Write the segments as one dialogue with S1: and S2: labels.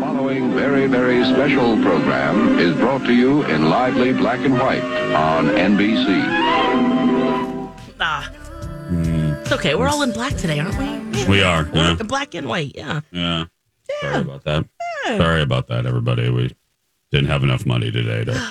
S1: following very, very special program is brought to you in lively black and white on NBC.
S2: Ah. It's okay. We're all in black today, aren't we? Yeah.
S3: We are.
S2: We're
S3: Yeah.
S2: in black and white. Yeah.
S3: yeah. Sorry about that. Sorry about that, everybody. We didn't have enough money today to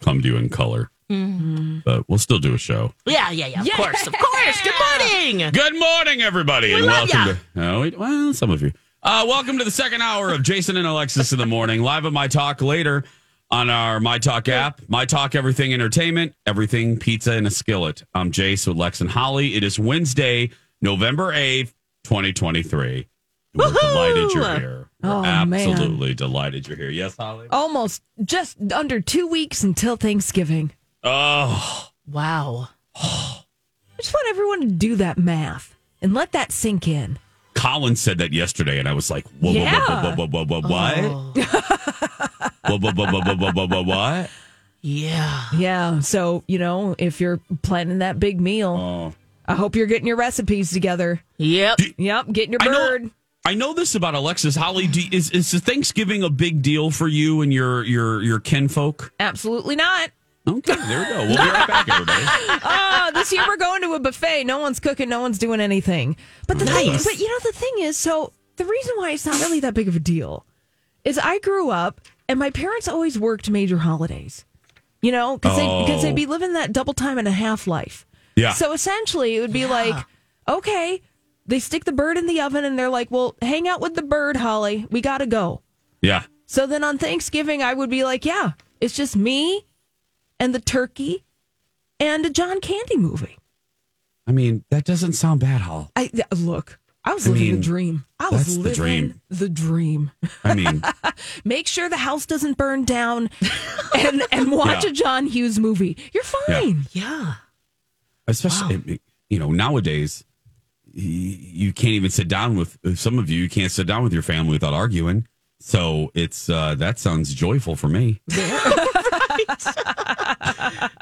S3: come to you in color. But we'll still do a show.
S2: Yeah, yeah, yeah. Of course. Of course. Good morning.
S3: Good morning, everybody, and
S2: love
S3: welcome
S2: ya.
S3: to oh, wait, well, some of you. Uh, welcome to the second hour of Jason and Alexis in the morning, live at My Talk later on our My Talk app, My Talk Everything Entertainment, Everything Pizza and a Skillet. I'm Jace with Lex and Holly. It is Wednesday, November eighth, twenty twenty three. We're
S2: Woohoo!
S3: delighted you're here. We're
S4: Oh, man.
S3: absolutely delighted you're here. Yes, Holly.
S4: almost just under two weeks until Thanksgiving.
S3: Oh,
S2: Wow.
S4: I just want everyone to do that math and let that sink in.
S3: Colin said that yesterday, and I was like, whoa, whoa, whoa,
S4: Yeah.
S3: whoa, whoa, whoa, whoa,
S2: Oh.
S3: what? Whoa, whoa, whoa, whoa, whoa, whoa, whoa, what?
S2: Yeah.
S4: Yeah. So, you know, if you're planning that big meal,
S3: Oh.
S4: I hope you're getting your recipes together.
S2: Yep.
S4: Yep. Getting your
S3: I know-
S4: bird.
S3: I know this about Alexis. Holly, do, is is Thanksgiving a big deal for you and your your your kinfolk?
S4: Absolutely not.
S3: Okay, there we go. We'll be right back, everybody.
S4: Oh, this year we're going to a buffet. No one's cooking. No one's doing anything. But the thing,
S2: Nice.
S4: but you know, the thing is, so the reason why it's not really that big of a deal is I grew up and my parents always worked major holidays. You know, because they because
S3: Oh.
S4: they'd be living that double time and a half life.
S3: Yeah.
S4: So essentially, it would be like, okay, they stick the bird in the oven and they're like, well, hang out with the bird, Holly. We gotta go.
S3: Yeah,
S4: So then on Thanksgiving, I would be like, yeah, it's just me and the turkey and a John Candy movie.
S3: I mean that doesn't sound bad, Holly.
S4: I th- look. I was
S3: I
S4: living
S3: mean,
S4: the dream. I
S3: that's
S4: was
S3: the
S4: living
S3: dream.
S4: the dream.
S3: I mean,
S4: Make sure the house doesn't burn down, and and watch
S3: Yeah.
S4: a John Hughes movie. You're fine.
S2: Yeah.
S3: especially you know nowadays y- you can't even sit down with some of you. You can't sit down with your family without arguing. So it's uh, that sounds joyful for me.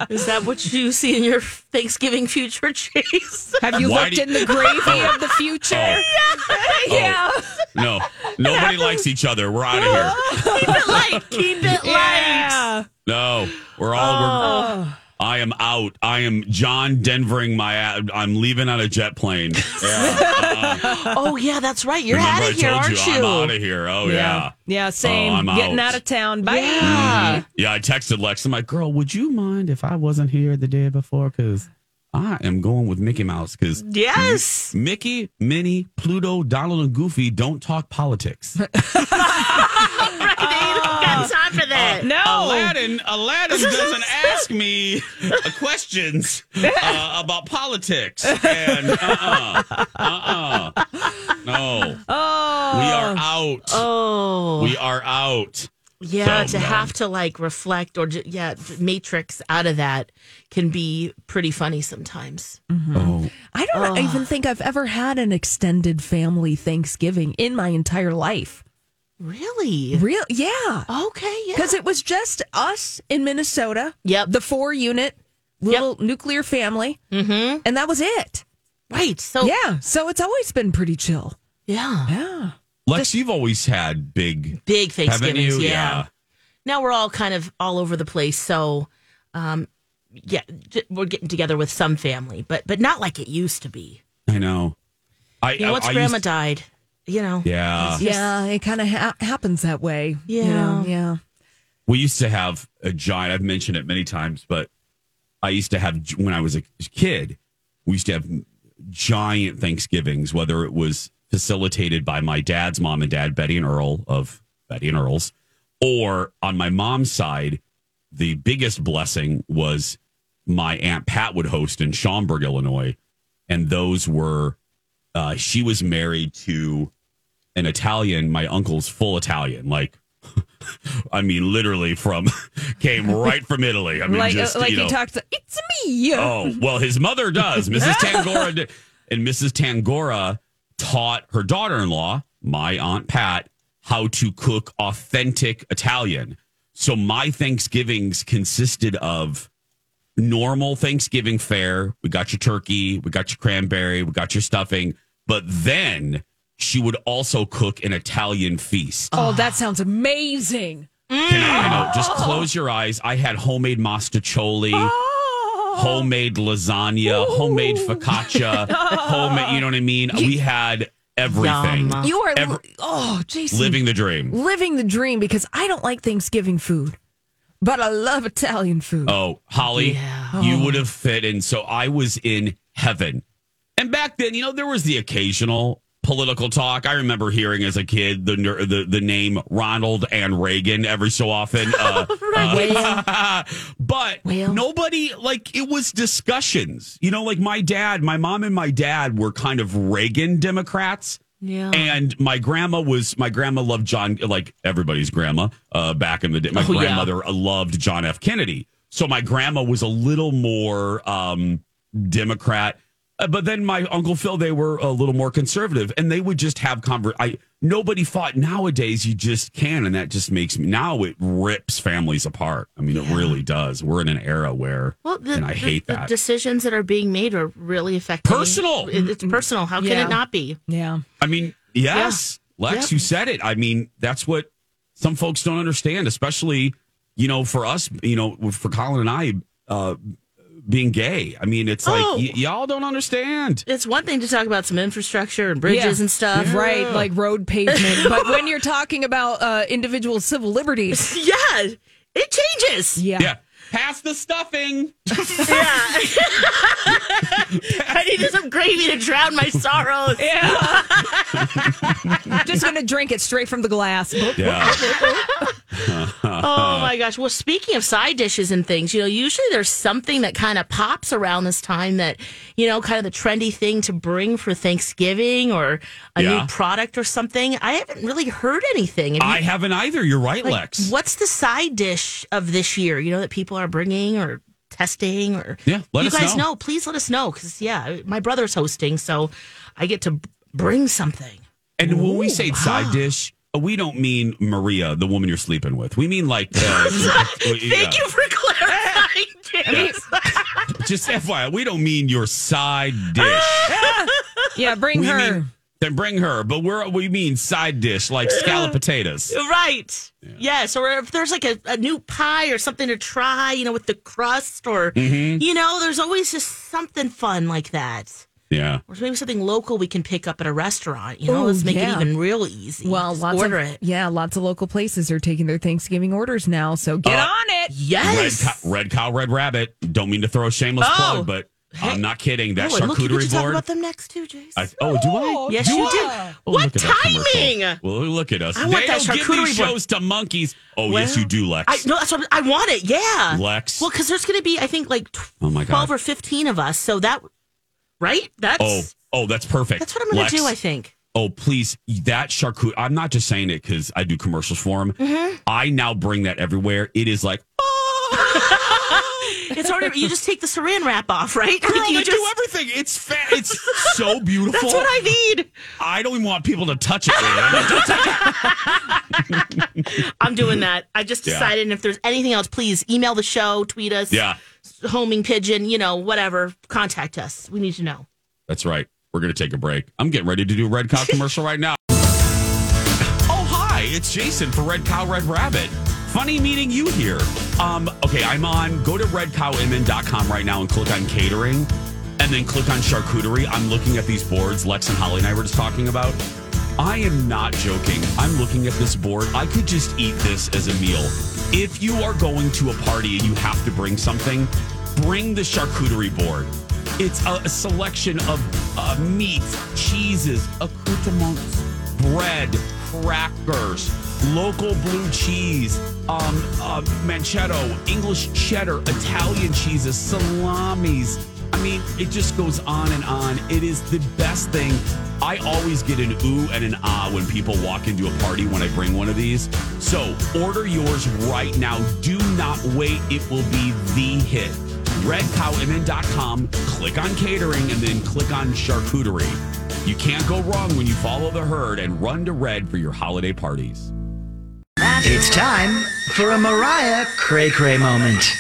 S2: Is that what you see in your Thanksgiving future, Chase?
S4: Have you
S3: Why
S4: looked
S3: do you- Oh.
S4: in the gravy of the future? yeah.
S3: No, nobody likes each other. We're out of here.
S2: Keep it light. Keep it light.
S4: Yeah.
S3: No, we're all.
S2: Oh.
S3: We're, I am out. I am John Denvering my. a- I'm leaving on a jet plane.
S2: Oh, yeah, that's right. You're out
S3: Remember I
S2: of here,
S3: told
S2: aren't
S3: you,
S2: you?
S3: I'm out of here. Oh yeah.
S4: Yeah. Yeah. Same.
S3: Oh, I'm
S4: Getting
S3: out.
S4: out of town. Bye.
S2: Yeah.
S3: Yeah, I texted Lex. I'm like, girl, would you mind if I wasn't here the day before? Because I am going with Mickey Mouse. Because
S2: Yes.
S3: Mickey, Minnie, Pluto, Donald, and Goofy don't talk politics.
S2: Right. Ain't got time for
S3: Mm-hmm.
S2: that.
S4: No.
S3: Aladdin, Aladdin doesn't ask me questions uh, about politics. And uh, uh-uh, uh-uh. no,
S4: Oh.
S3: we are out.
S2: Oh.
S3: We are out.
S2: Yeah,
S3: So,
S2: to
S3: no.
S2: have to like reflect or ju- yeah, matrix out of that can be pretty funny sometimes.
S3: Oh,
S4: I don't even think I've ever had an extended family Thanksgiving in my entire life.
S2: Really?
S4: Real. Yeah.
S2: Okay, yeah.
S4: because it was just us in Minnesota.
S2: Yep.
S4: the four unit little nuclear family, mm-hmm. and that was it.
S2: Right. So
S4: Yeah, so it's always been pretty chill.
S2: yeah.
S4: Yeah,
S3: Lex, you've always had big,
S2: Big
S3: haven't
S2: Thanksgivings,
S3: you?
S2: yeah. Now we're all kind of all over the place, so um yeah, j- we're getting together with some family, but but not like it used to be.
S3: I know. I,
S2: You know,
S3: I-
S2: once
S3: I
S2: grandma
S3: used-
S2: died, you know.
S3: Yeah.
S2: Yes.
S4: yeah, it kind of ha- happens that way. you
S2: Yeah.
S4: know, yeah.
S3: We used to have a giant, I've mentioned it many times, but I used to have, when I was a kid, we used to have giant Thanksgivings, whether it was facilitated by my dad's mom and dad, Betty and Earl of Betty and Earl's, or on my mom's side, the biggest blessing was my Aunt Pat would host in Schaumburg, Illinois. And those were, uh, she was married to an Italian, my uncle's full Italian, like I mean, literally from came right from Italy. I mean,
S4: like
S3: just
S4: uh, like
S3: you
S4: you,
S3: know,
S4: talked, to, it's me.
S3: Oh, well, his mother does. Mrs. Tangora did. And Mrs. Tangora taught her daughter in law, my Aunt Pat, how to cook authentic Italian. So my Thanksgivings consisted of normal Thanksgiving fare. We got your turkey, we got your cranberry, we got your stuffing. But then she would also cook an Italian feast.
S4: Oh, that sounds amazing.
S3: Can I, I know, just close your eyes. I had homemade mostaccioli.
S4: Oh.
S3: Homemade lasagna, homemade focaccia, homemade, you know what I mean? we had everything.
S2: Yum.
S4: You are
S3: Ever-
S4: oh, Jason,
S3: Living the dream.
S4: living the dream because I don't like Thanksgiving food, but I love Italian food.
S3: Oh, Holly, you
S2: Oh.
S3: would have fit in. So I was in heaven. And back then, you know, there was the occasional political talk. I remember hearing as a kid the ner- the, the name Ronald and Reagan every so often. Uh, uh, but
S2: Well.
S3: nobody like it was discussions. You know, like my dad, my mom, and my dad were kind of Reagan Democrats.
S2: Yeah.
S3: And my grandma was my grandma loved John like everybody's grandma uh, back in the day. My
S2: Oh, yeah.
S3: grandmother loved John F. Kennedy, so my grandma was a little more um, Democrat. Uh, but then my uncle Phil, they were a little more conservative, and they would just have conver. I nobody fought nowadays. You just can, and that just makes me now it rips families apart. I mean, it really does. We're in an era where,
S2: Well, the,
S3: and I
S2: the-
S3: hate
S2: the
S3: that.
S2: decisions that are being made are really affecting
S3: Personal.
S2: It- It's personal. How can
S4: Yeah.
S2: it not be?
S4: yeah.
S3: I mean, yes, Lex,
S2: Yep.
S3: you said it. I mean, that's what some folks don't understand, especially, you know, for us, you know, for Colin and I uh, being gay. I mean, it's like,
S2: Oh.
S3: y- y'all don't understand.
S2: It's one thing to talk about some infrastructure and bridges
S4: Yeah.
S2: and stuff,
S4: Right, like road pavement. but when you're talking about uh, individual civil liberties,
S2: Yeah, it changes.
S4: yeah.
S3: Yeah. Pass the stuffing.
S2: I needed some gravy to drown my sorrows.
S4: Just going to drink it straight from the glass.
S3: Yeah. Uh,
S2: Oh my gosh. Well, speaking of side dishes and things, you know, usually there's something that kind of pops around this time that, you know, kind of the trendy thing to bring for Thanksgiving or a
S3: Yeah.
S2: new product or something. I haven't really heard anything. Have you-
S3: I haven't either. You're right,
S2: like,
S3: Lex.
S2: What's the side dish of this year, you know, that people are bringing or testing or
S3: Yeah, let
S2: you
S3: us
S2: guys
S3: know.
S2: Please let us know cuz yeah, my brother's hosting, so I get to b- bring something.
S3: And when we say side dish, we don't mean Maria, the woman you're sleeping with. We mean like. Uh, Thank
S2: Thank you for clarifying. James.
S3: Just FYI, we don't mean your side dish.
S4: Yeah, bring
S3: We
S4: her.
S3: mean- then bring her, but we're we mean side dish like scallop potatoes.
S2: Right. Yes. Or if there's like a, a new pie or something to try, you know, with the crust or,
S3: Mm-hmm.
S2: you know, there's always just something fun like that.
S3: Yeah,
S2: Or maybe something local we can pick up at a restaurant, you know,
S4: Ooh,
S2: let's make
S4: yeah.
S2: it even real easy.
S4: well,
S2: Just
S4: lots
S2: order
S4: of,
S2: it.
S4: Yeah, lots of local places are taking their Thanksgiving orders now. So get
S3: Uh,
S4: on it.
S3: red
S2: Yes.
S3: cow, red cow, red rabbit. Don't mean to throw a shameless
S2: Oh.
S3: plug, but I'm not kidding. That
S2: Oh, and look, you get
S3: charcuterie
S2: to talk
S3: board.
S2: about them next too, Jason.
S3: I, oh, do I?
S4: Oh,
S2: yes,
S4: do
S2: you
S4: I?
S2: do. what
S3: Oh, look at that commercial.
S2: timing?
S3: Well, look at us.
S2: I
S3: they
S2: want that
S3: don't give these
S2: charcuterie board.
S3: shows to monkeys. Oh, yes,
S2: Well,
S3: you do, Lex.
S2: I no, that's what I want it. Yeah,
S3: Lex.
S2: Well, because there's going to be, I think, like tw-
S3: Oh, my God.
S2: twelve or fifteen of us. So that, right? That's
S3: oh, oh, that's perfect.
S2: that's what I'm going
S3: Lex,
S2: to do. I think.
S3: Oh, please, that charcuterie. I'm not just saying it because I do commercials for them.
S2: Mm-hmm.
S3: I now bring that everywhere. It is like,
S2: It's already. You just take the saran wrap off, right?
S3: girl,
S2: you
S3: they do everything. It's fat. It's so beautiful.
S2: That's what I need.
S3: I don't even want people to touch it. man. Don't touch it.
S2: I'm doing that. I just
S3: Yeah.
S2: decided. And if there's anything else, please email the show, tweet us,
S3: yeah,
S2: homing pigeon, you know, whatever. Contact us. We need to know.
S3: that's right. We're going to take a break. I'm getting ready to do a Red Cow commercial right now. Oh, hi. It's Jason for Red Cow Red Rabbit. Funny meeting you here. Um, okay, I'm on. Go to redcowmn.com right now and click on catering and then click on charcuterie. I'm looking at these boards Lex and Holly and I were just talking about. I am not joking. I'm looking at this board. I could just eat this as a meal. If you are going to a party and you have to bring something, bring the charcuterie board. It's a, a selection of uh, meats, cheeses, accoutrements, bread, crackers, local blue cheese, um, uh, manchego, English cheddar, Italian cheeses, salamis. I mean, it just goes on and on. It is the best thing. I always get an ooh and an ah when people walk into a party when I bring one of these. So order yours right now. Do not wait. It will be the hit. RedCowMN.com, click on catering, and then click on charcuterie. You can't go wrong when you follow the herd and run to red for your holiday parties.
S5: It's time for a Mariah Cray Cray moment.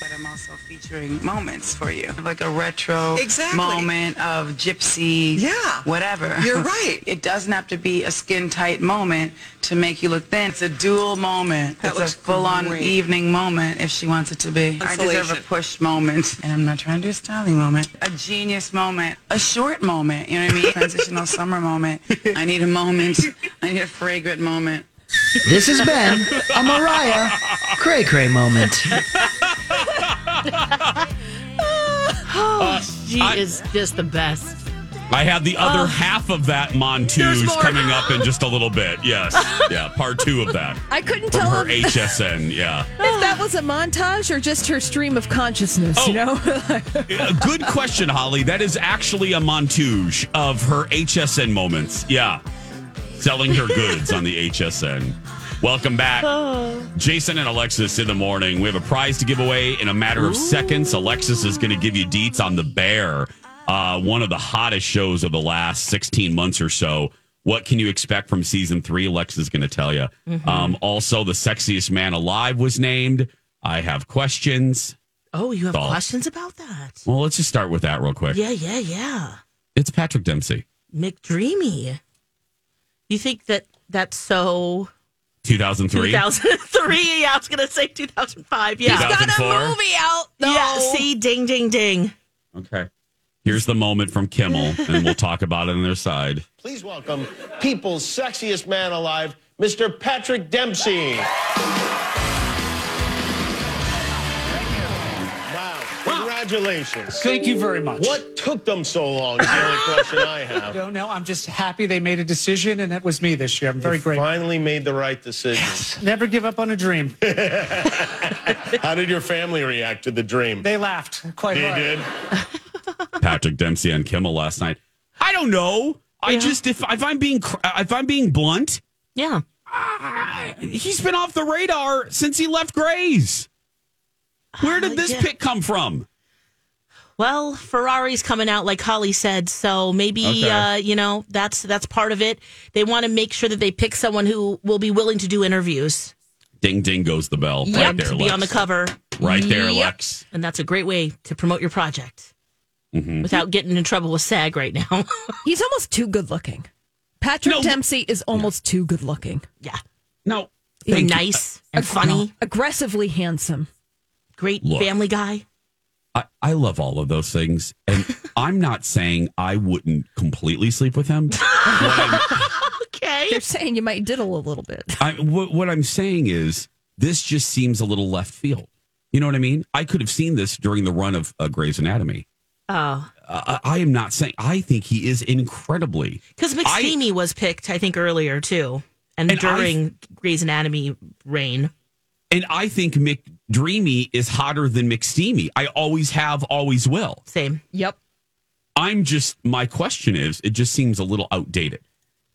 S6: but I'm also
S5: featuring moments for you, like a retro
S6: Exactly.
S5: moment of gypsy,
S6: Yeah.
S5: whatever.
S6: You're right.
S5: it doesn't have to be a skin tight moment to make you look thin. It's a dual moment.
S6: That
S5: it's
S6: looks
S5: a full on
S6: great.
S5: evening moment if she wants it to be. I deserve a
S6: Consolation.
S5: push moment, and I'm not trying to do a styling moment. A genius moment, a short moment. You know what I mean? Transitional summer moment. I need a moment. I need a fragrant moment.
S7: This has been a Mariah Cray Cray moment.
S2: Oh, She
S3: Uh, I-
S2: is just the best.
S3: I have the other half of that
S2: Oh. There's
S3: Montus
S2: more.
S3: coming up in just a little bit. Yes. Yeah. Part two of that.
S4: I couldn't
S3: From
S4: tell
S3: her
S4: if,
S3: HSN. Yeah.
S4: if that was a montage or just her stream of consciousness, you
S3: Oh.
S4: know?
S3: A good question, Holly. That is actually a montage of her HSN moments. Yeah. Selling her goods on the HSN. Welcome back. Jason and Alexis in the morning. We have a prize to give away in a matter of seconds. Alexis is going to give you deets on The Bear, uh, one of the hottest shows of the last 16 months or so. What can you expect from season three? Alexis is going to tell you. Um, also, The Sexiest Man Alive was named. I have questions.
S2: Oh, you have
S3: Thought.
S2: questions about that?
S3: Well, let's just start with that real quick.
S2: Yeah, yeah, yeah.
S3: It's Patrick Dempsey.
S2: McDreamy. You think that that's so
S3: 2003.
S2: 2003? Yeah, I was going to say 2005. Yeah.
S3: He's got- 2004?
S4: out,
S2: Yeah, see, ding, ding, ding.
S3: Okay. Here's the moment from Kimmel, and we'll talk about it on their side.
S8: Please welcome people's sexiest man alive, Mr. Patrick Dempsey. Wow, congratulations.
S9: Thank you very much.
S8: What took them so long is the only question I have.
S9: No, no, I'm just happy they made a decision, and that was me this year. I'm very grateful.
S8: Finally made the right decision.
S9: Never give up on a dream.
S8: How did your family react to the dream?
S9: They laughed quite
S8: They
S9: hard.
S8: did.
S3: Patrick Dempsey on Kimmel last night. I don't know. I just if if I'm being cr- if I'm being blunt,
S2: Yeah.
S3: he's been off the radar since he left Grays. Where did this
S2: Uh, yeah.
S3: pick come from?
S2: Well, Ferrari's coming out, like Holly said. So maybe,
S3: Okay.
S2: uh, you know, that's that's part of it. They want to make sure that they pick someone who will be willing to do interviews.
S3: Ding ding goes the bell right
S2: Yep,
S3: there,
S2: to be
S3: Lex.
S2: on the cover,
S3: Right there,
S4: Yep.
S3: Lex.
S2: and that's a great way to promote your project
S3: Mm-hmm.
S2: without getting in trouble with SAG right now.
S4: He's almost too good looking. Patrick
S3: No.
S4: Dempsey is almost too good looking.
S2: yeah,
S3: No,
S2: Be
S3: thank you.
S2: nice and funny,
S4: Aggressively handsome.
S2: great
S3: Look.
S2: family guy.
S3: I, I love all of those things. And I'm not saying I wouldn't completely sleep with him. What I'm-
S2: Okay,
S4: You're saying you might diddle a little bit.
S3: I, what, what I'm saying is this just seems a little left field. You know what I mean? I could have seen this during the run of uh, Grey's Anatomy.
S2: oh,
S3: Uh, I I am not saying I think he is incredibly.
S2: because McSteamy was picked, I think, earlier too, and,
S3: And I-
S2: during Grey's Anatomy reign.
S3: And I think McDreamy is hotter than McSteamy. I always have, always will.
S2: Same.
S4: Yep.
S3: I'm just my question is it just seems a little outdated.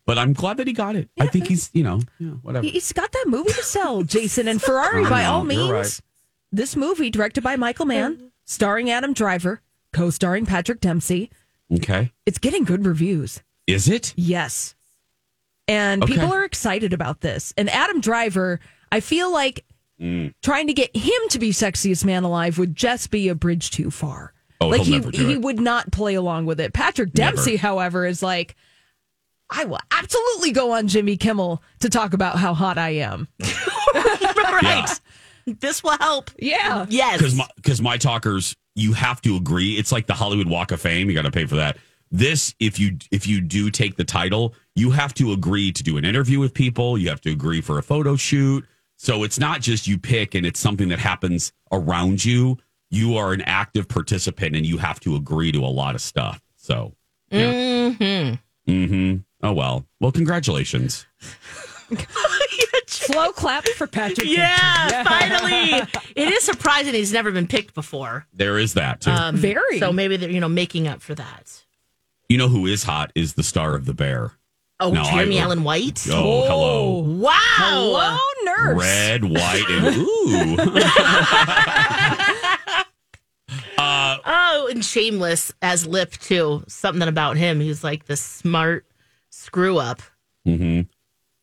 S3: But I'm glad that he got it. I think he's, you know, yeah, whatever.
S4: He's got that movie to sell, Jason and Ferrari,
S3: I
S4: by
S3: know,
S4: all
S3: you're
S4: means.
S3: right.
S4: This movie, directed by Michael Mann, starring Adam Driver, co starring Patrick Dempsey,
S3: Okay.
S4: it's getting good reviews.
S3: Is it?
S4: Yes. And
S3: Okay.
S4: people are excited about this. And Adam Driver, I feel like
S3: Mm.
S4: trying to get him to be sexiest man alive would just be a bridge too far.
S3: Oh,
S4: like
S3: he'll
S4: he
S3: never do
S4: he
S3: it.
S4: would not play along with it. Patrick Dempsey, however, is like I will absolutely go on Jimmy Kimmel to talk about how hot I am.
S2: right. This will help.
S4: Yeah.
S2: Yes.
S3: because my because my talkers you have to agree it's like the hollywood walk of fame you got to pay for that this if you if you do take the title you have to agree to do an interview with people you have to agree for a photo shoot so it's not just you pick and it's something that happens around you you are an active participant and you have to agree to a lot of stuff so yeah. mm-hmm. mm-hmm oh well well congratulations
S4: Slow clap for Patrick.
S2: Yeah, finally. It is surprising he's never been picked before.
S3: there is that too
S4: Dempsey. Very.
S2: So maybe they're, you know, making up for that.
S3: you know who is hot is the star of the bear
S2: Oh,
S3: No, I
S2: Jeremy
S3: would-
S2: Allen White?
S3: oh hello
S2: Wow.
S4: Hello, nurse.
S3: Red, white, and ooh.
S2: Oh, and Shameless as Lip, too. Something about him. He's like the smart screw up.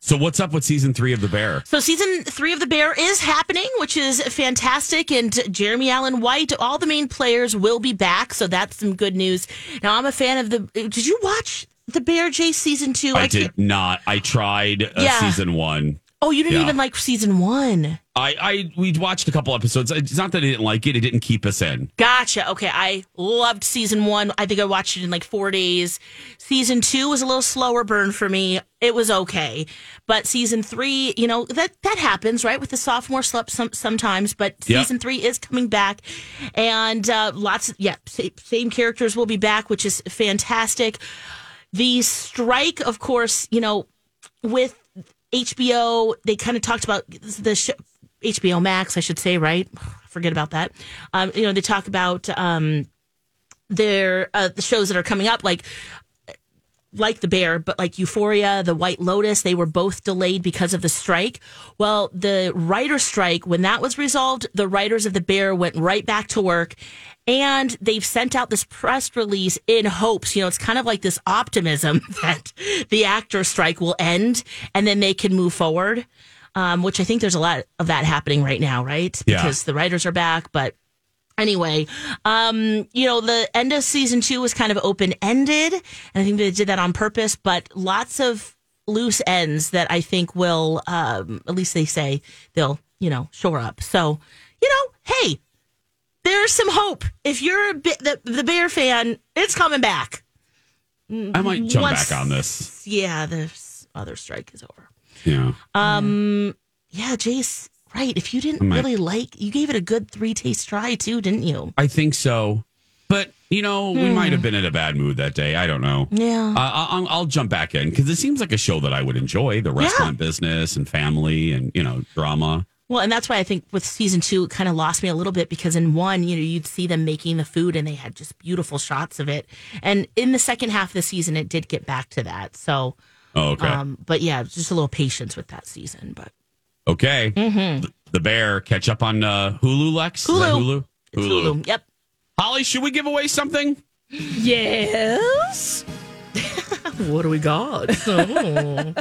S3: So what's up with season three of The Bear?
S2: So season three of The Bear is happening, which is fantastic. And Jeremy Allen White, all the main players will be back. So that's some good news. Now I'm a fan of the. Did you watch The Bear J season two?
S3: I
S2: can't-
S3: did not. I tried uh,
S2: Yeah.
S3: season one.
S2: Oh, you didn't
S3: Yeah.
S2: even like season one.
S3: I, I we watched a couple episodes. It's not that I didn't like it; it didn't keep us in.
S2: Gotcha. Okay. I loved season one. I think I watched it in like four days. Season two was a little slower burn for me. It was okay. But season three, you know, that, that happens, right? With the sophomore slump some, sometimes. But
S3: Yeah.
S2: season three is coming back. And uh, lots of, yeah, sa- same characters will be back, which is fantastic. The strike, of course, you know, with HBO, they kind of talked about the sh- HBO Max, I should say, right? Forget about that. Um, you know, they talk about um, their uh, the shows that are coming up, like like The Bear, but like Euphoria, The White Lotus. They were both delayed because of the strike. Well, the writer strike, when that was resolved, the writers of The Bear went right back to work. And they've sent out this press release in hopes, you know, it's kind of like this optimism that the actor strike will end and then they can move forward um, which I think there's a lot of that happening right now, right?
S3: Yeah.
S2: Because the writers are back. But anyway, um, you know, the end of season two was kind of open ended. And I think they did that on purpose, but lots of loose ends that I think will, um, at least they say they'll, you know, shore up. So, you know, hey, there's some hope. If you're a bit the, the Bear fan, it's coming back.
S3: I might jump
S2: Mm-hmm. Once-
S3: back on this.
S2: Yeah, the s- other strike is over.
S3: Yeah,
S2: Yeah, Jace, right. If you didn't
S3: might-
S2: really like, you gave it a good three taste try too, didn't you?
S3: I think so. But you know,
S2: Hmm.
S3: we might have been in a bad mood that day. I don't know.
S2: Yeah.
S3: Uh, I- I'll, I'll jump back in because it seems like a show that I would enjoy. The restaurant business and family and you know drama.
S2: Well, and that's why I think with season two, it kind of lost me a little bit because in one, you know, you'd see them making the food and they had just beautiful shots of it. And in the second half of the season, it did get back to that. So,
S3: Oh, okay.
S2: um, but yeah, just a little patience with that season. But
S3: Okay. The, the Bear catch up on uh, Hulu Lex. Is that
S2: Mm-hmm. Hulu.
S3: Hulu.
S2: it's Hulu. Yep.
S3: Holly, should we give away something?
S4: Yes.
S2: What do we got? oh.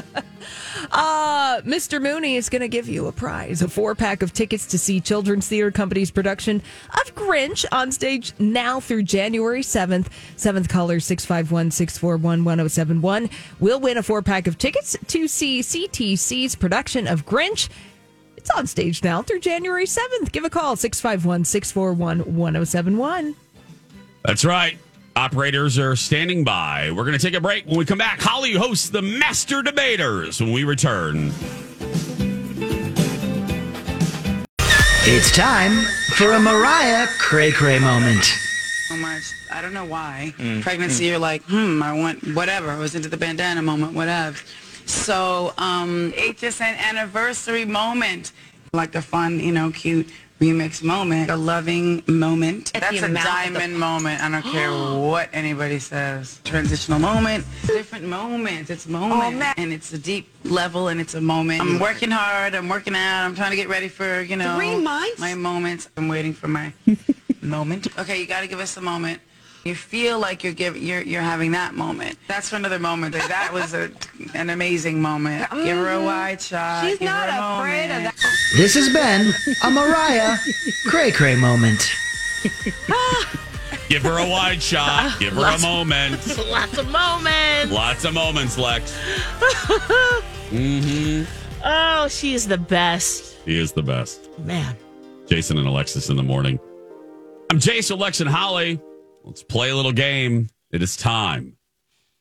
S4: Uh, Mr. Mooney is going to give you a prize a four pack of tickets to see Children's Theater Company's production of Grinch on stage now through January 7th. Seventh caller 651 641 1071 will win a four pack of tickets to see CTC's production of Grinch. It's on stage now through January 7th. Give a call 651 641 1071.
S3: That's right. Operators are standing by. We're going to take a break. When we come back, Holly hosts the Master Debaters when we return.
S7: It's time for a Mariah Cray Cray moment.
S5: so much. I don't know why. Pregnancy, you're like, hmm, I want whatever. I was into the bandana moment, whatever. So, um, it's just an anniversary moment, like a fun, you know, cute remix moment, a loving moment. That's a diamond moment. I don't care what anybody says. Transitional moment, different moments. It's moment, and it's a deep level, and it's a moment. I'm working hard. I'm working out. I'm trying to get ready for, you know, my moments. I'm waiting for my moment. Okay, you got to give us a moment. You feel like you're giving, you're you're having that moment. That's for another moment. That was a, an amazing moment. Give her a wide shot. Mm-hmm. She's not afraid of that.
S7: This has been a Mariah Cray Cray moment.
S3: Give her a wide
S2: Ah,
S3: shot. Give her a moment.
S2: Lots of moments.
S3: Lots of moments, Lex.
S2: Oh, she is the best.
S3: He is the best.
S2: Man.
S3: Jason and Alexis in the morning. I'm Jason, Lex, and Holly. Let's play a little game. It is time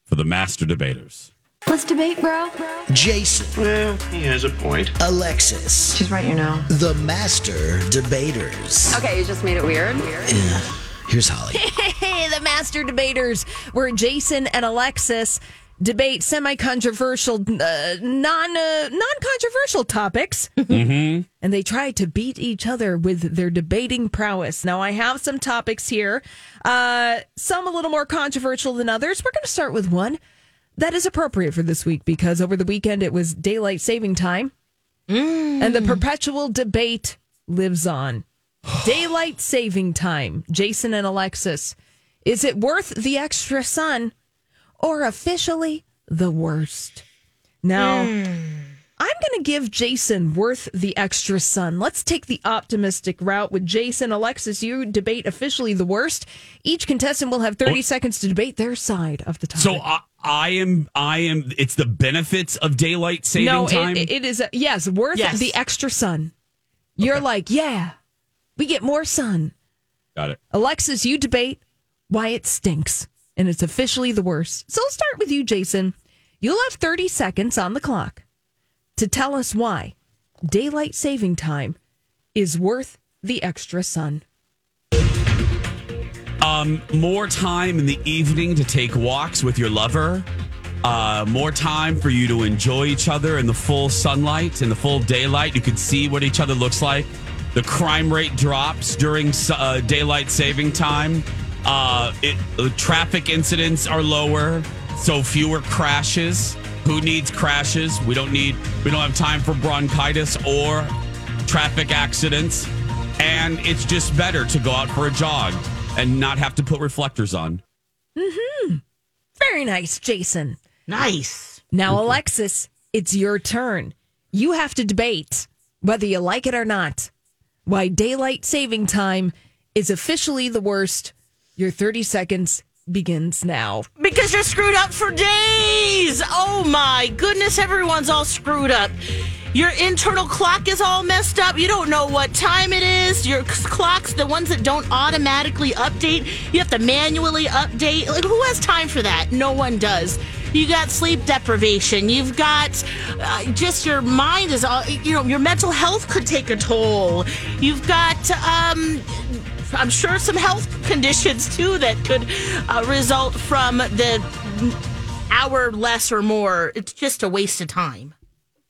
S3: for the Master Debaters.
S6: Let's debate, bro.
S7: Jason,
S8: Well, he has a point.
S7: Alexis,
S6: She's right, you know.
S7: the master debaters.
S6: Okay, you just made it weird.
S7: Here's Holly.
S4: Hey, the master debaters, where Jason and Alexis debate semi-controversial, uh, non uh, non-controversial topics, and they try to beat each other with their debating prowess. Now, I have some topics here, uh, some a little more controversial than others. We're going to start with one that is appropriate for this week because over the weekend it was daylight saving time, and the perpetual debate lives on. Daylight saving time, Jason and Alexis. Is it worth the extra sun or officially the worst? Now, going to give Jason worth the extra sun. Let's take the optimistic route with Jason. Alexis, you debate officially the worst. Each contestant will have 30
S3: Oh.
S4: seconds to debate their side of the topic.
S3: So I, I am. I am. It's the benefits of daylight saving
S4: no, it-
S3: time.
S4: it is, yes, worth
S2: Yes.
S4: the extra sun. You're like, yeah, we get more sun.
S3: Got it.
S4: Alexis, you debate why it stinks, and it's officially the worst. So I'll start with you, Jason. You'll have 30 seconds on the clock to tell us why daylight saving time is worth the extra sun.
S3: More time in the evening to take walks with your lover. Uh, more time for you to enjoy each other in the full sunlight, in the full daylight. You can see what each other looks like. The crime rate drops during s- uh, daylight saving time. Uh, it, the traffic incidents are lower, so fewer crashes. Who needs crashes? We don't need. We don't have time for bronchitis or traffic accidents. And it's just better to go out for a jog and not have to put reflectors on.
S4: Very nice, Jason.
S2: Nice.
S4: Now, Alexis, it's your turn. You have to debate whether you like it or not why daylight saving time is officially the worst. Your 30 seconds begins now.
S2: Because you're screwed up for days. Oh my goodness, everyone's all screwed up. Your internal clock is all messed up. You don't know what time it is. Your c- clocks, the ones that don't automatically update, you have to manually update. Like, who has time for that? No one does. You got sleep deprivation. You've got uh, just your mind is all, you know, your mental health could take a toll. You've got, um, I'm sure some health conditions too that could uh, result from the hour less or more. It's just a waste of time,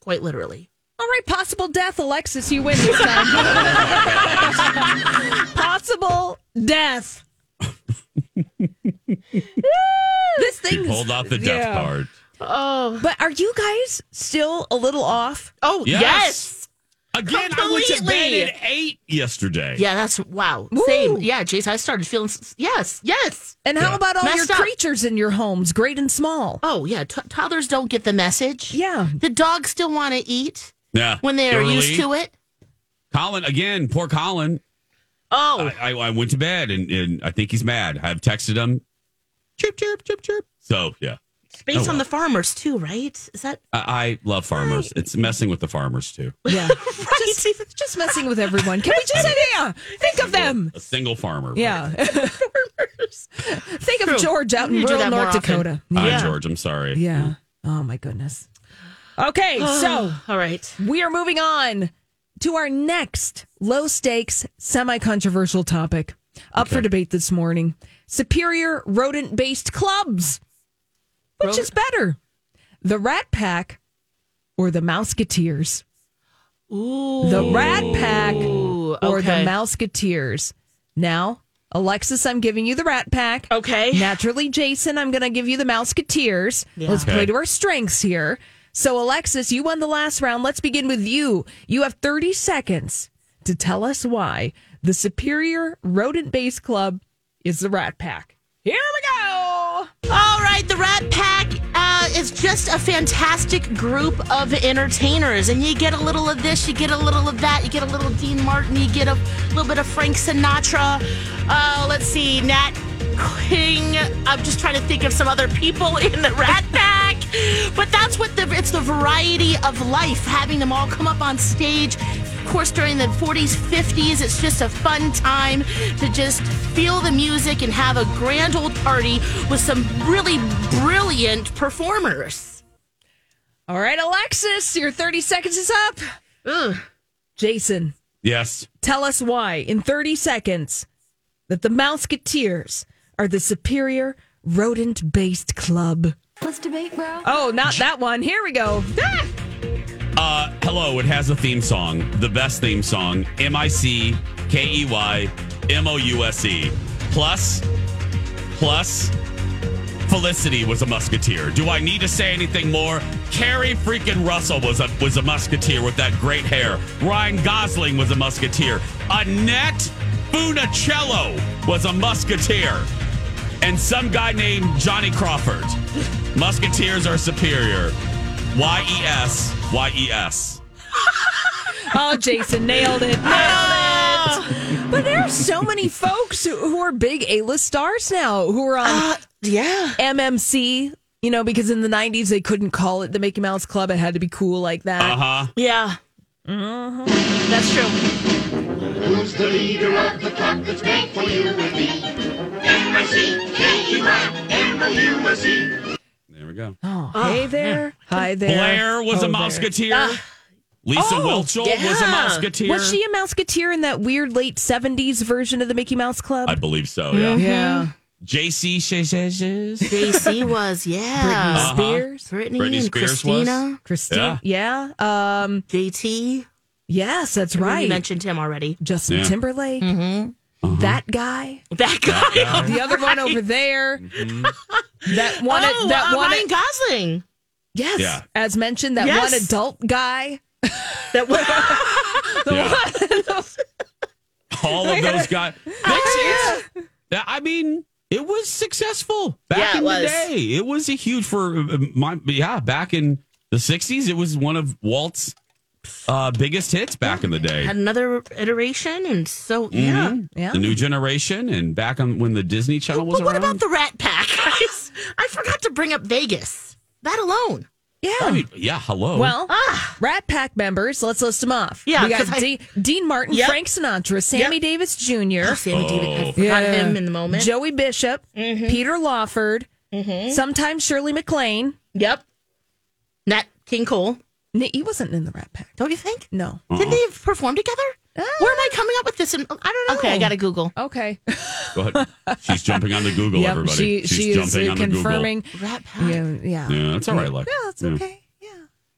S2: quite literally.
S4: All right, possible death, Alexis, you win this time. possible death. this thing,
S3: Hold off the death card.
S4: but are you guys still a little off?
S2: Oh
S3: Yes.
S2: yes,
S3: Again, I went to
S2: Completely.
S3: bed at eight yesterday.
S2: yeah, that's wow.
S4: Woo.
S2: Same, yeah, Jace. I started feeling s- yes, yes.
S4: And how about all
S2: Messed
S4: your
S2: up.
S4: creatures in your homes, great and small?
S2: Oh yeah, t- toddlers don't get the message.
S4: Yeah.
S2: the dogs still want to eat
S3: Yeah.
S2: when they are used to it.
S3: Colin, again, poor Colin.
S2: Oh,
S3: I, I, I went to bed and, and I think he's mad. I've texted him. Chirp, chirp, chirp, chirp. So, yeah.
S2: based
S3: oh,
S2: on
S3: well.
S2: the farmers too, right? Is that
S3: I, I love farmers. It's messing with the farmers, too.
S4: Yeah. just, just messing with everyone. Can we just say, yeah, think of them.
S3: A single farmer.
S4: Yeah. think of George out in
S2: You do
S4: rural
S2: that more
S4: North
S2: often. Uh.
S4: Dakota.
S3: Hi,
S4: Yeah.
S3: George. I'm sorry.
S4: Yeah. Oh, my goodness. Okay, so.
S2: all right?
S4: We are moving on to our next low stakes, semi controversial topic up for debate this morning superior rodent based clubs. Which is better, the Rat Pack or the Mouseketeers?
S2: Ooh,
S4: The Rat Pack
S2: Ooh,
S4: or
S2: okay.
S4: the Mouseketeers? Now, Alexis, I'm giving you the Rat Pack.
S2: Okay.
S4: Naturally, Jason, I'm going to give you the Mouseketeers. Let's
S3: Okay.
S4: play to our strengths here. So, Alexis, you won the last round. Let's begin with you. You have 30 seconds to tell us why the Superior Rodent Based Club is the Rat Pack. Here we go.
S2: All right, the Rat Pack uh, is just a fantastic group of entertainers, and you get a little of this, you get a little of that, you get a little Dean Martin, you get a little bit of Frank Sinatra. Uh, let's see, Nat King. I'm just trying to think of some other people in the Rat Pack, but that's what the it's the variety of life, having them all come up on stage. Of course, during the 40s, 50s, it's just a fun time to just feel the music and have a grand old party with some really brilliant performers.
S4: All right, Alexis, your 30 seconds is up.
S2: Ugh.
S4: Jason,
S3: Yes.
S4: tell us why in 30 seconds that the Mouseketeers are the Superior Rodent Based Club.
S6: Let's debate, bro.
S4: Oh, not that one. Here we go. Ah!
S3: Uh, hello, it has a theme song. The best theme song. M I C K E Y M O U S E. Plus, plus, Felicity was a musketeer. Do I need to say anything more? Carrie freaking Russell was a was a musketeer with that great hair. Ryan Gosling was a musketeer. Annette Funicello was a musketeer. And some guy named Johnny Crawford. Musketeers are superior. Y E S Y E S.
S4: Oh, Jason nailed it. Nailed
S2: Ah.
S4: it. But there are so many folks who, who are big A list stars now who are on
S2: Uh, yeah.
S4: MMC, you know, because in the 90s they couldn't call it the Mickey Mouse Club. It had to be cool like that.
S2: Uh-huh. Yeah. Mm-hmm. That's true.
S3: There we go.
S4: hey there.
S3: Ah,
S4: Hi there.
S3: Blair was a
S4: Oh,
S3: Mouseketeer. Lisa Welchel was a
S2: Ah. Oh, yeah.
S3: Mouseketeer.
S4: there. Was she a Mouseketeer in that weird late 70s version of the Mickey Mouse Club?
S3: I believe so, yeah.
S2: Mm-hmm.
S4: yeah.
S3: JC Shazazes.
S2: JC was, yeah.
S4: Britney Spears.
S2: Brittany,
S3: Britney
S2: and
S3: Spears was.
S2: Christina.
S4: Christine. Yeah. Um,
S2: JT.
S4: yes, that's
S2: We
S4: right.
S2: mentioned him already.
S4: Justin
S3: Yeah. Uh-huh.
S4: Timberlake.
S2: Mm-hmm.
S4: That guy.
S2: That guy.
S4: The other one over there.
S3: Mm-hmm.
S4: That one.
S2: Oh,
S4: that
S2: uh,
S4: one.
S2: Ryan Gosling.
S4: yes.
S3: Yeah.
S4: As mentioned, that
S2: Yes.
S4: one adult guy.
S2: That was,
S3: Yeah. All of those guys. That's it. That- I mean, it was successful back
S2: Yeah, it
S3: in the
S2: was.
S3: day. It was a huge for uh, my yeah. Back in the '60s, it was one of Walt's uh, biggest hits back in the day.
S2: had another iteration, and so yeah.
S4: Yeah.
S3: The new generation, and back on when the Disney Channel was
S2: But what
S3: around.
S2: about the Rat Pack? I, s- I forgot to bring up Vegas. That alone.
S4: Yeah.
S3: I mean, yeah. Hello.
S4: well,
S2: Ah.
S4: Rat Pack members, let's list them off.
S2: Yeah,
S4: we got
S2: 'cause I-
S4: D- Dean Martin,
S2: Yep.
S4: Frank Sinatra, Sammy
S2: Yep.
S4: Davis Jr.,
S2: Oh, Sammy Davis. I forgot
S4: Yeah.
S2: him in the moment.
S4: Joey Bishop,
S2: Mm-hmm.
S4: Peter Lawford, sometimes Shirley MacLaine.
S2: yep. Nat King Cole.
S4: N- He wasn't in the Rat Pack.
S2: Don't you think?
S4: No.
S3: Mm.
S4: Ah,
S2: Didn't they perform together? Where am I coming up with this? In, oh, I don't know. Okay, I gotta Google.
S4: Okay.
S3: Go ahead. she's jumping on the Google.
S4: Yep,
S3: everybody.
S4: she,
S3: she's
S4: she is
S3: jumping
S4: uh,
S3: on
S4: confirming.
S2: Rat Pack.
S4: Yeah,
S3: the
S4: yeah.
S3: Google. Yeah, that's all right, Lex.
S4: Yeah, that's
S3: Yeah.
S4: okay. Yeah.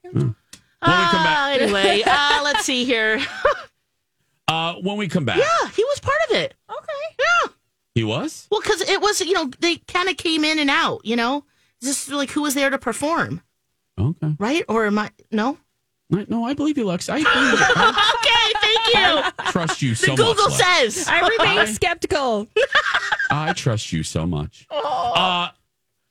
S3: When we come back,
S2: Uh, anyway, uh, let's see here.
S3: uh, when we come back,
S2: Yeah, he was part of it. Okay. Yeah.
S3: he was.
S2: Well, because it was, you know, they kind of came in and out, you know? Just like who was there to perform,
S3: Okay.
S2: right? Or am I? No?
S3: Right. No, I believe you, Lex. I, I
S2: Okay, thank you.
S3: trust you
S2: The
S3: so much.
S2: Google
S3: Lex.
S2: says.
S4: I remain skeptical.
S3: I trust you so much.
S4: Oh.
S3: Uh,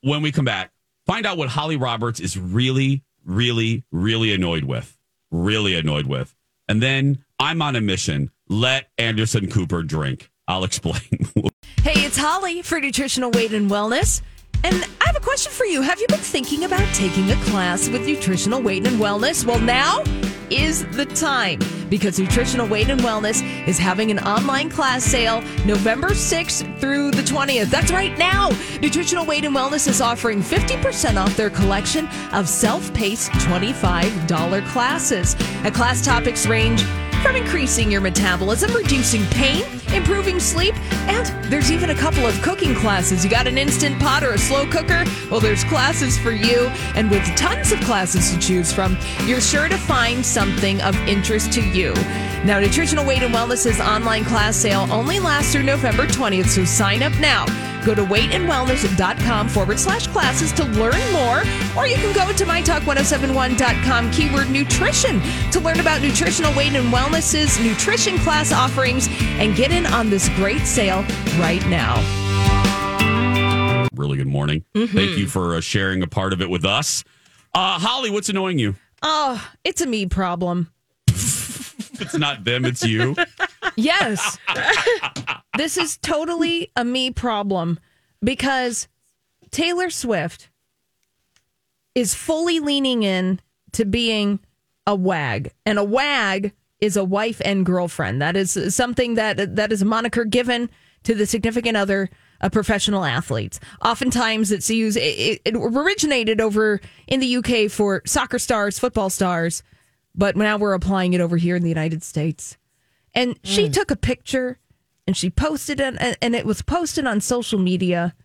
S3: when we come back, find out what Holly Roberts is really, really, really annoyed with. Really annoyed with. And then I'm on a mission. Let Anderson Cooper drink. I'll explain.
S4: Hey, it's Holly for Nutritional Weight and Wellness. And I have a question for you. Have you been thinking about taking a class with Nutritional Weight and Wellness? Well, now is the time because Nutritional Weight and Wellness is having an online class sale November 6th through the 20th. That's right now. Nutritional Weight and Wellness is offering 50% off their collection of self paced $25 classes. A class topics range from increasing your metabolism, reducing pain, improving sleep, and there's even a couple of cooking classes. You got an instant pot or a slow cooker? Well, there's classes for you, and with tons of classes to choose from, you're sure to find something of interest to you. Now, Nutritional Weight and Wellness's online class sale only lasts through November 20th, so sign up now. Go to weightandwellness.com forward slash classes to learn more, or you can go to mytalk1071.com keyword nutrition to learn about nutritional weight and wellness's nutrition class offerings and get in on this great sale right now.
S3: really good morning. Thank you for uh, sharing a part of it with us. Uh, Holly, what's annoying you?
S4: Oh, it's a me problem.
S3: It's not them, it's you.
S4: Yes. this is totally a me problem because Taylor Swift is fully leaning in to being a wag. And a wag is a wife and girlfriend. That is something that that is a moniker given to the significant other of professional athletes. Oftentimes it's used it, it originated over in the UK for soccer stars, football stars, but now we're applying it over here in the United States and she took a picture and she posted it and- and it was posted on social media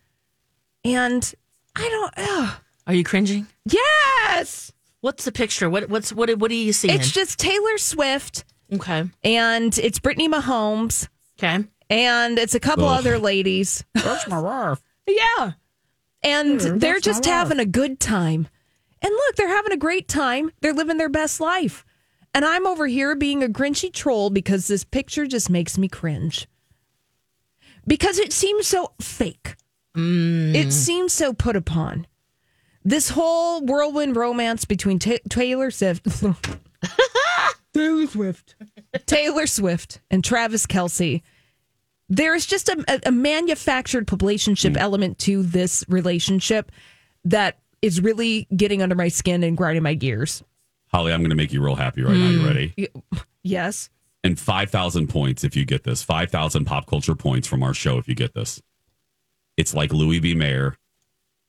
S4: and i don't ugh.
S2: Are you cringing?
S4: yes
S2: What's the picture? What what's what what are you seeing?
S4: it's just taylor swift
S2: okay.
S4: and it's brittany mahomes
S2: Okay.
S4: and it's a couple other ladies
S9: That's my wife. Hmm,
S4: yeah and they're just having a good time and look they're having a great time they're living their best life and i'm over here being a grinchy troll because this picture just makes me cringe
S9: Mm.
S4: because it seems so fake. It seems so put upon. This whole whirlwind romance between Ta Taylor Swift, Taylor Swift, Taylor Swift, and Travis Kelsey. There is just a, a- a manufactured publicationship element to this relationship that is really getting under my skin and grinding my gears.
S3: Holly, I'm going to make you real happy right now. You ready?
S4: Yes.
S3: And 5,000 points if you get this. 5,000 pop culture points from our show if you get this. It's like Louis B. Mayer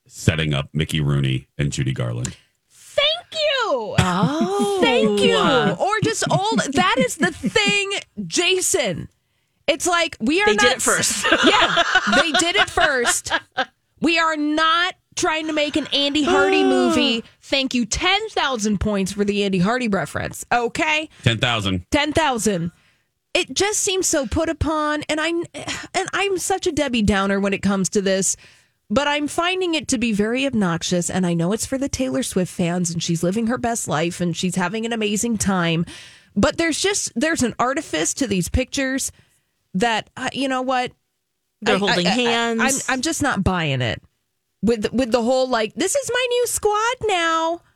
S3: setting up Mickey Rooney and Judy Garland.
S4: Thank you.
S2: Oh,
S4: Thank you. Or just old. That is the thing, Jason. It's like we are
S2: They
S4: not.
S2: did it first.
S4: yeah, they did it first. We are not trying to make an Andy Hardy movie. Thank you. 10,000 points for the Andy Hardy reference. Okay.
S3: 10,000.
S4: 10,000. It just seems so put upon and I'm and I'm such a Debbie Downer when it comes to this, but I'm finding it to be very obnoxious and I know it's for the Taylor Swift fans and she's living her best life and she's having an amazing time, but there's just there's an artifice to these pictures that uh, you know what
S2: They're
S4: I-
S2: holding
S4: I- I-
S2: hands.
S4: I'm I'm just not buying it with with the whole like this is my new squad now.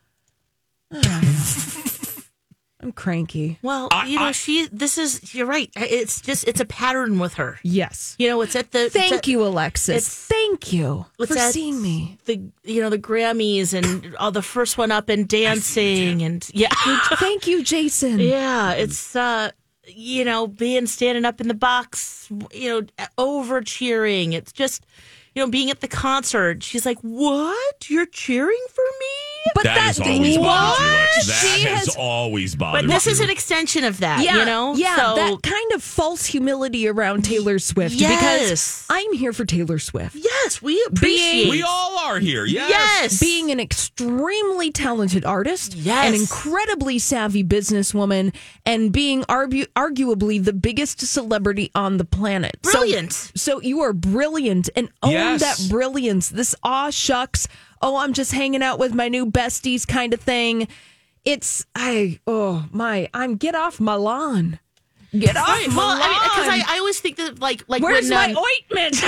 S4: I'm cranky.
S2: well, you know, she. This is. You're right. It's just. It's a pattern with her.
S4: Yes.
S2: You know, it's at the. it's
S4: Thank
S2: at-
S4: you, Alexis.
S2: it's-
S4: Thank you
S2: it's
S4: for
S2: at
S4: seeing me.
S2: The you know the Grammys and all the first one up and dancing and yeah.
S4: Thank you, Jason.
S2: Yeah, it's uh you know, being standing up in the box, you know, over cheering. It's just you know, being at the concert. She's like, "What? You're cheering for me?"
S4: But
S3: That
S4: that
S3: has always bothered you, Lex.
S4: what?
S3: That
S4: She
S3: has,
S4: has-
S3: always bothered
S2: But this
S3: you.
S2: is an extension of that,
S4: yeah,
S2: you know?
S4: yeah,
S2: so
S4: that kind of false humility around Taylor Swift
S2: Yes.
S4: because I'm here for Taylor Swift.
S2: yes, we appreciate.
S3: we all are here. Yes.
S2: yes.
S4: being an extremely talented artist,
S2: Yes.
S4: an incredibly savvy businesswoman, and being argu- arguably the biggest celebrity on the planet. So-
S2: brilliant.
S4: So, you are brilliant and own
S3: Yes.
S4: that brilliance. This aw shucks, oh, I'm just hanging out with my new besties kind of thing. It's I oh my I'm get off my lawn. Get off my
S2: well,
S4: lawn.
S2: I mean, because I, I always think that like like
S4: Where's
S2: when,
S4: my
S2: um,
S4: ointment?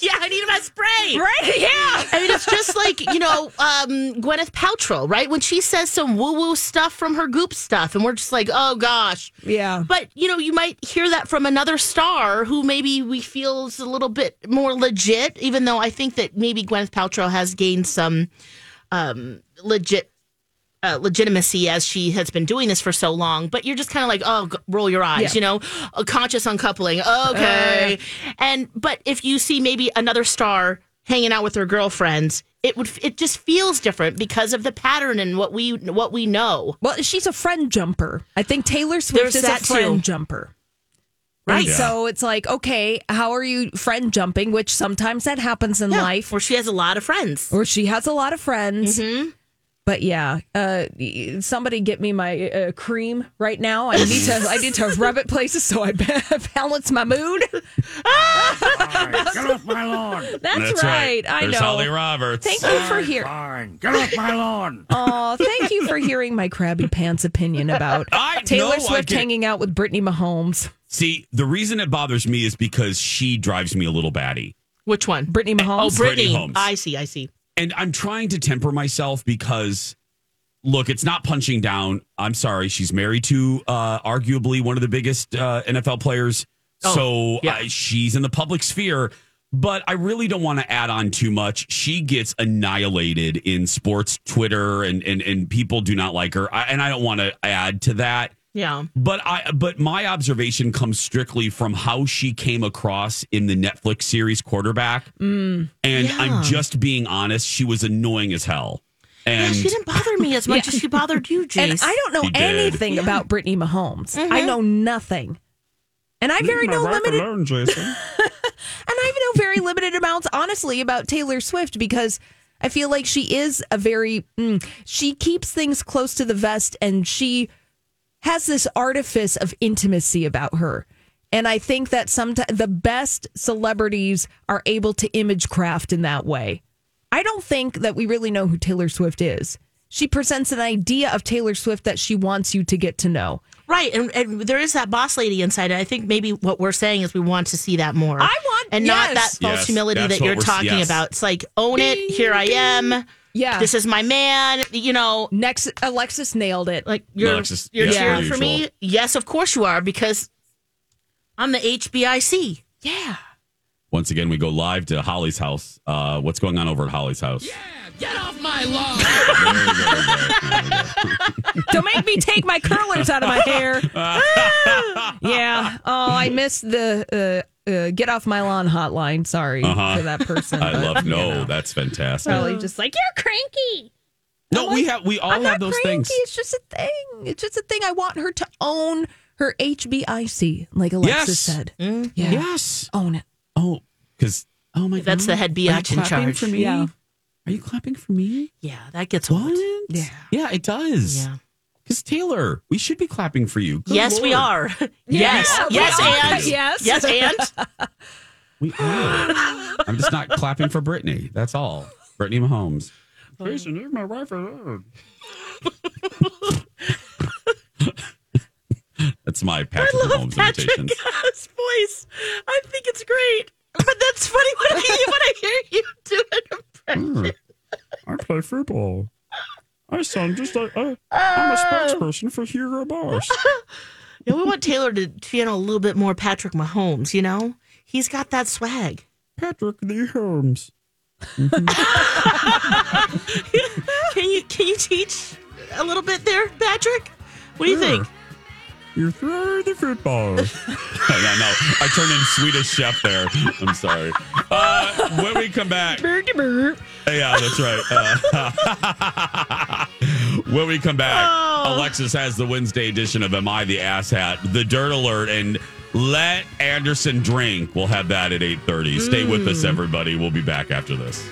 S2: yeah, I need my spray.
S4: right? Yeah.
S2: I mean, it's just like, you know, um, Gwyneth Paltrow, right? When she says some woo woo stuff from her goop stuff, and we're just like, oh gosh.
S4: Yeah.
S2: But, you know, you might hear that from another star who maybe we feel is a little bit more legit, even though I think that maybe Gwyneth Paltrow has gained some um, legit. Uh, legitimacy as she has been doing this for so long, but you're just kind of like, oh, g- roll your eyes,
S4: Yeah.
S2: you know, a conscious uncoupling. Okay. and but if you see maybe another star hanging out with her girlfriends, it would it just feels different because of the pattern and what we what we know.
S4: Well, she's a friend jumper. I think Taylor Swift
S2: There's
S4: is a
S2: that,
S4: friend
S2: too.
S4: jumper.
S2: Right.
S4: And So it's like, okay, how are you friend jumping? Which sometimes that happens in
S2: Yeah,
S4: life,
S2: where she has a lot of friends.
S4: or she has a lot of friends.
S2: Mm-hmm.
S4: But yeah, uh, y- somebody get me my uh, cream right now. I need to. I need to rub it places so I balance my mood.
S9: Get off my lawn.
S4: That's, right. I
S3: There's
S4: know.
S3: Holly Roberts.
S4: Thank you for hearing.
S9: Fine. Get off my lawn.
S4: Oh, thank you for hearing my crabby pants opinion about
S3: I know,
S4: Taylor
S3: I
S4: Swift
S3: get-
S4: hanging out with Brittany Mahomes.
S3: See, the reason it bothers me is because she drives me a little batty.
S2: Which one?
S4: Brittany Mahomes.
S2: Oh, Brittany.
S3: Brittany Holmes.
S2: I see. I see.
S3: And I'm trying to temper myself because, look, it's not punching down. I'm sorry. She's married to uh, arguably one of the biggest uh, NFL players. so
S2: yeah.
S3: uh, she's in the public sphere. But I really don't want to add on too much. She gets annihilated in sports Twitter, and, and, and people do not like her. I, and I don't want to add to that.
S2: Yeah.
S3: But I but my observation comes strictly from how she came across in the Netflix series quarterback. and I'm just being honest, she was annoying as hell.
S2: yeah.
S3: And
S2: She didn't bother me as much as she bothered you, Jace.
S4: And I don't know
S3: He did.
S4: anything about Brittany Mahomes. I know nothing. And Mm-hmm. I very know limited and
S3: Jason.
S4: I know very limited amounts honestly about Taylor Swift because I feel like she is a very mm, she keeps things close to the vest and she has this artifice of intimacy about her. And I think that sometimes the best celebrities are able to image craft in that way. I don't think that we really know who Taylor Swift is. She presents an idea of Taylor Swift that she wants you to get to know.
S2: Right, and, and there is that boss lady inside. And I think maybe what we're saying is we want to see that more.
S4: I want-
S2: and not that
S4: yes.
S2: false
S3: Yes,
S2: humility
S3: that's
S2: that you're
S3: what we're-
S2: talking
S3: yes.
S2: about. It's like own it. Here I am.
S4: Yeah.
S2: This is my man. You know,
S4: Next, Alexis nailed it.
S2: like you're
S3: Alexis,
S2: you're
S3: yes,
S2: cheering
S3: per
S2: for me.
S3: usual.
S2: Yes, of course you are because I'm the HBIC. Yeah.
S3: Once again, we go live to Holly's house. Uh, what's going on over at Holly's house?
S2: Get off my lawn.
S4: Don't make me take my curlers out of my hair. yeah. Oh, I missed the uh, uh, get off my lawn hotline. Sorry for that person.
S3: Uh-huh. I
S4: but,
S3: love
S4: you
S3: no.
S4: know,
S3: That's fantastic.
S4: Probably just like you're cranky.
S3: no,
S4: I'm
S3: we
S4: like,
S3: have we all
S4: I'm
S3: have
S4: not
S3: those
S4: cranky.
S3: things.
S4: It's just a thing. It's just a thing. I want her to own her HBIC, like Alexis
S3: Yes. Mm.
S4: said. Yeah.
S3: Yes.
S4: Own it.
S3: Oh, because oh my
S2: That's
S3: God.
S2: the head
S3: Are you
S2: biatch in
S3: clapping
S2: charge.
S3: For me?
S4: Yeah.
S3: Are you clapping for me?
S2: Yeah, that gets
S3: What?
S2: old.
S3: Yeah. Yeah, it does.
S2: Yeah.
S3: Because Taylor, we should be clapping for you. Good
S2: yes, we
S3: Lord.
S2: are. yes,
S4: we
S2: yes,
S4: are.
S2: and
S4: Yes.
S2: yes, and
S3: We are. I'm just not clapping for Brittany. That's all. Brittany Mahomes. Jason, you're my wife. That's my Patrick
S2: I love
S3: Mahomes
S2: Patrick
S3: imitations.
S2: Guy's voice. I think it's great. But that's funny when I, when I hear you do an impression.
S3: I play football. I sound just like I,
S2: Oh.
S3: I'm a spokesperson for Hugo Boss.
S2: Yeah, we want Taylor to channel a little bit more Patrick Mahomes, you know? He's got that swag.
S3: Patrick Lee Holmes.
S2: Can you can you teach a little bit there, Patrick? What do you
S3: Sure.
S2: think?
S3: You throw the football. no, no, no. I turned in Swedish chef there. I'm sorry. Uh, when we come back. Yeah, that's right. Uh, when we come back, Alexis has the Wednesday edition of Am I the Asshat, the Dirt Alert, and Let Anderson Drink. We'll have that at 8.30. Stay with us, everybody. We'll be back after this.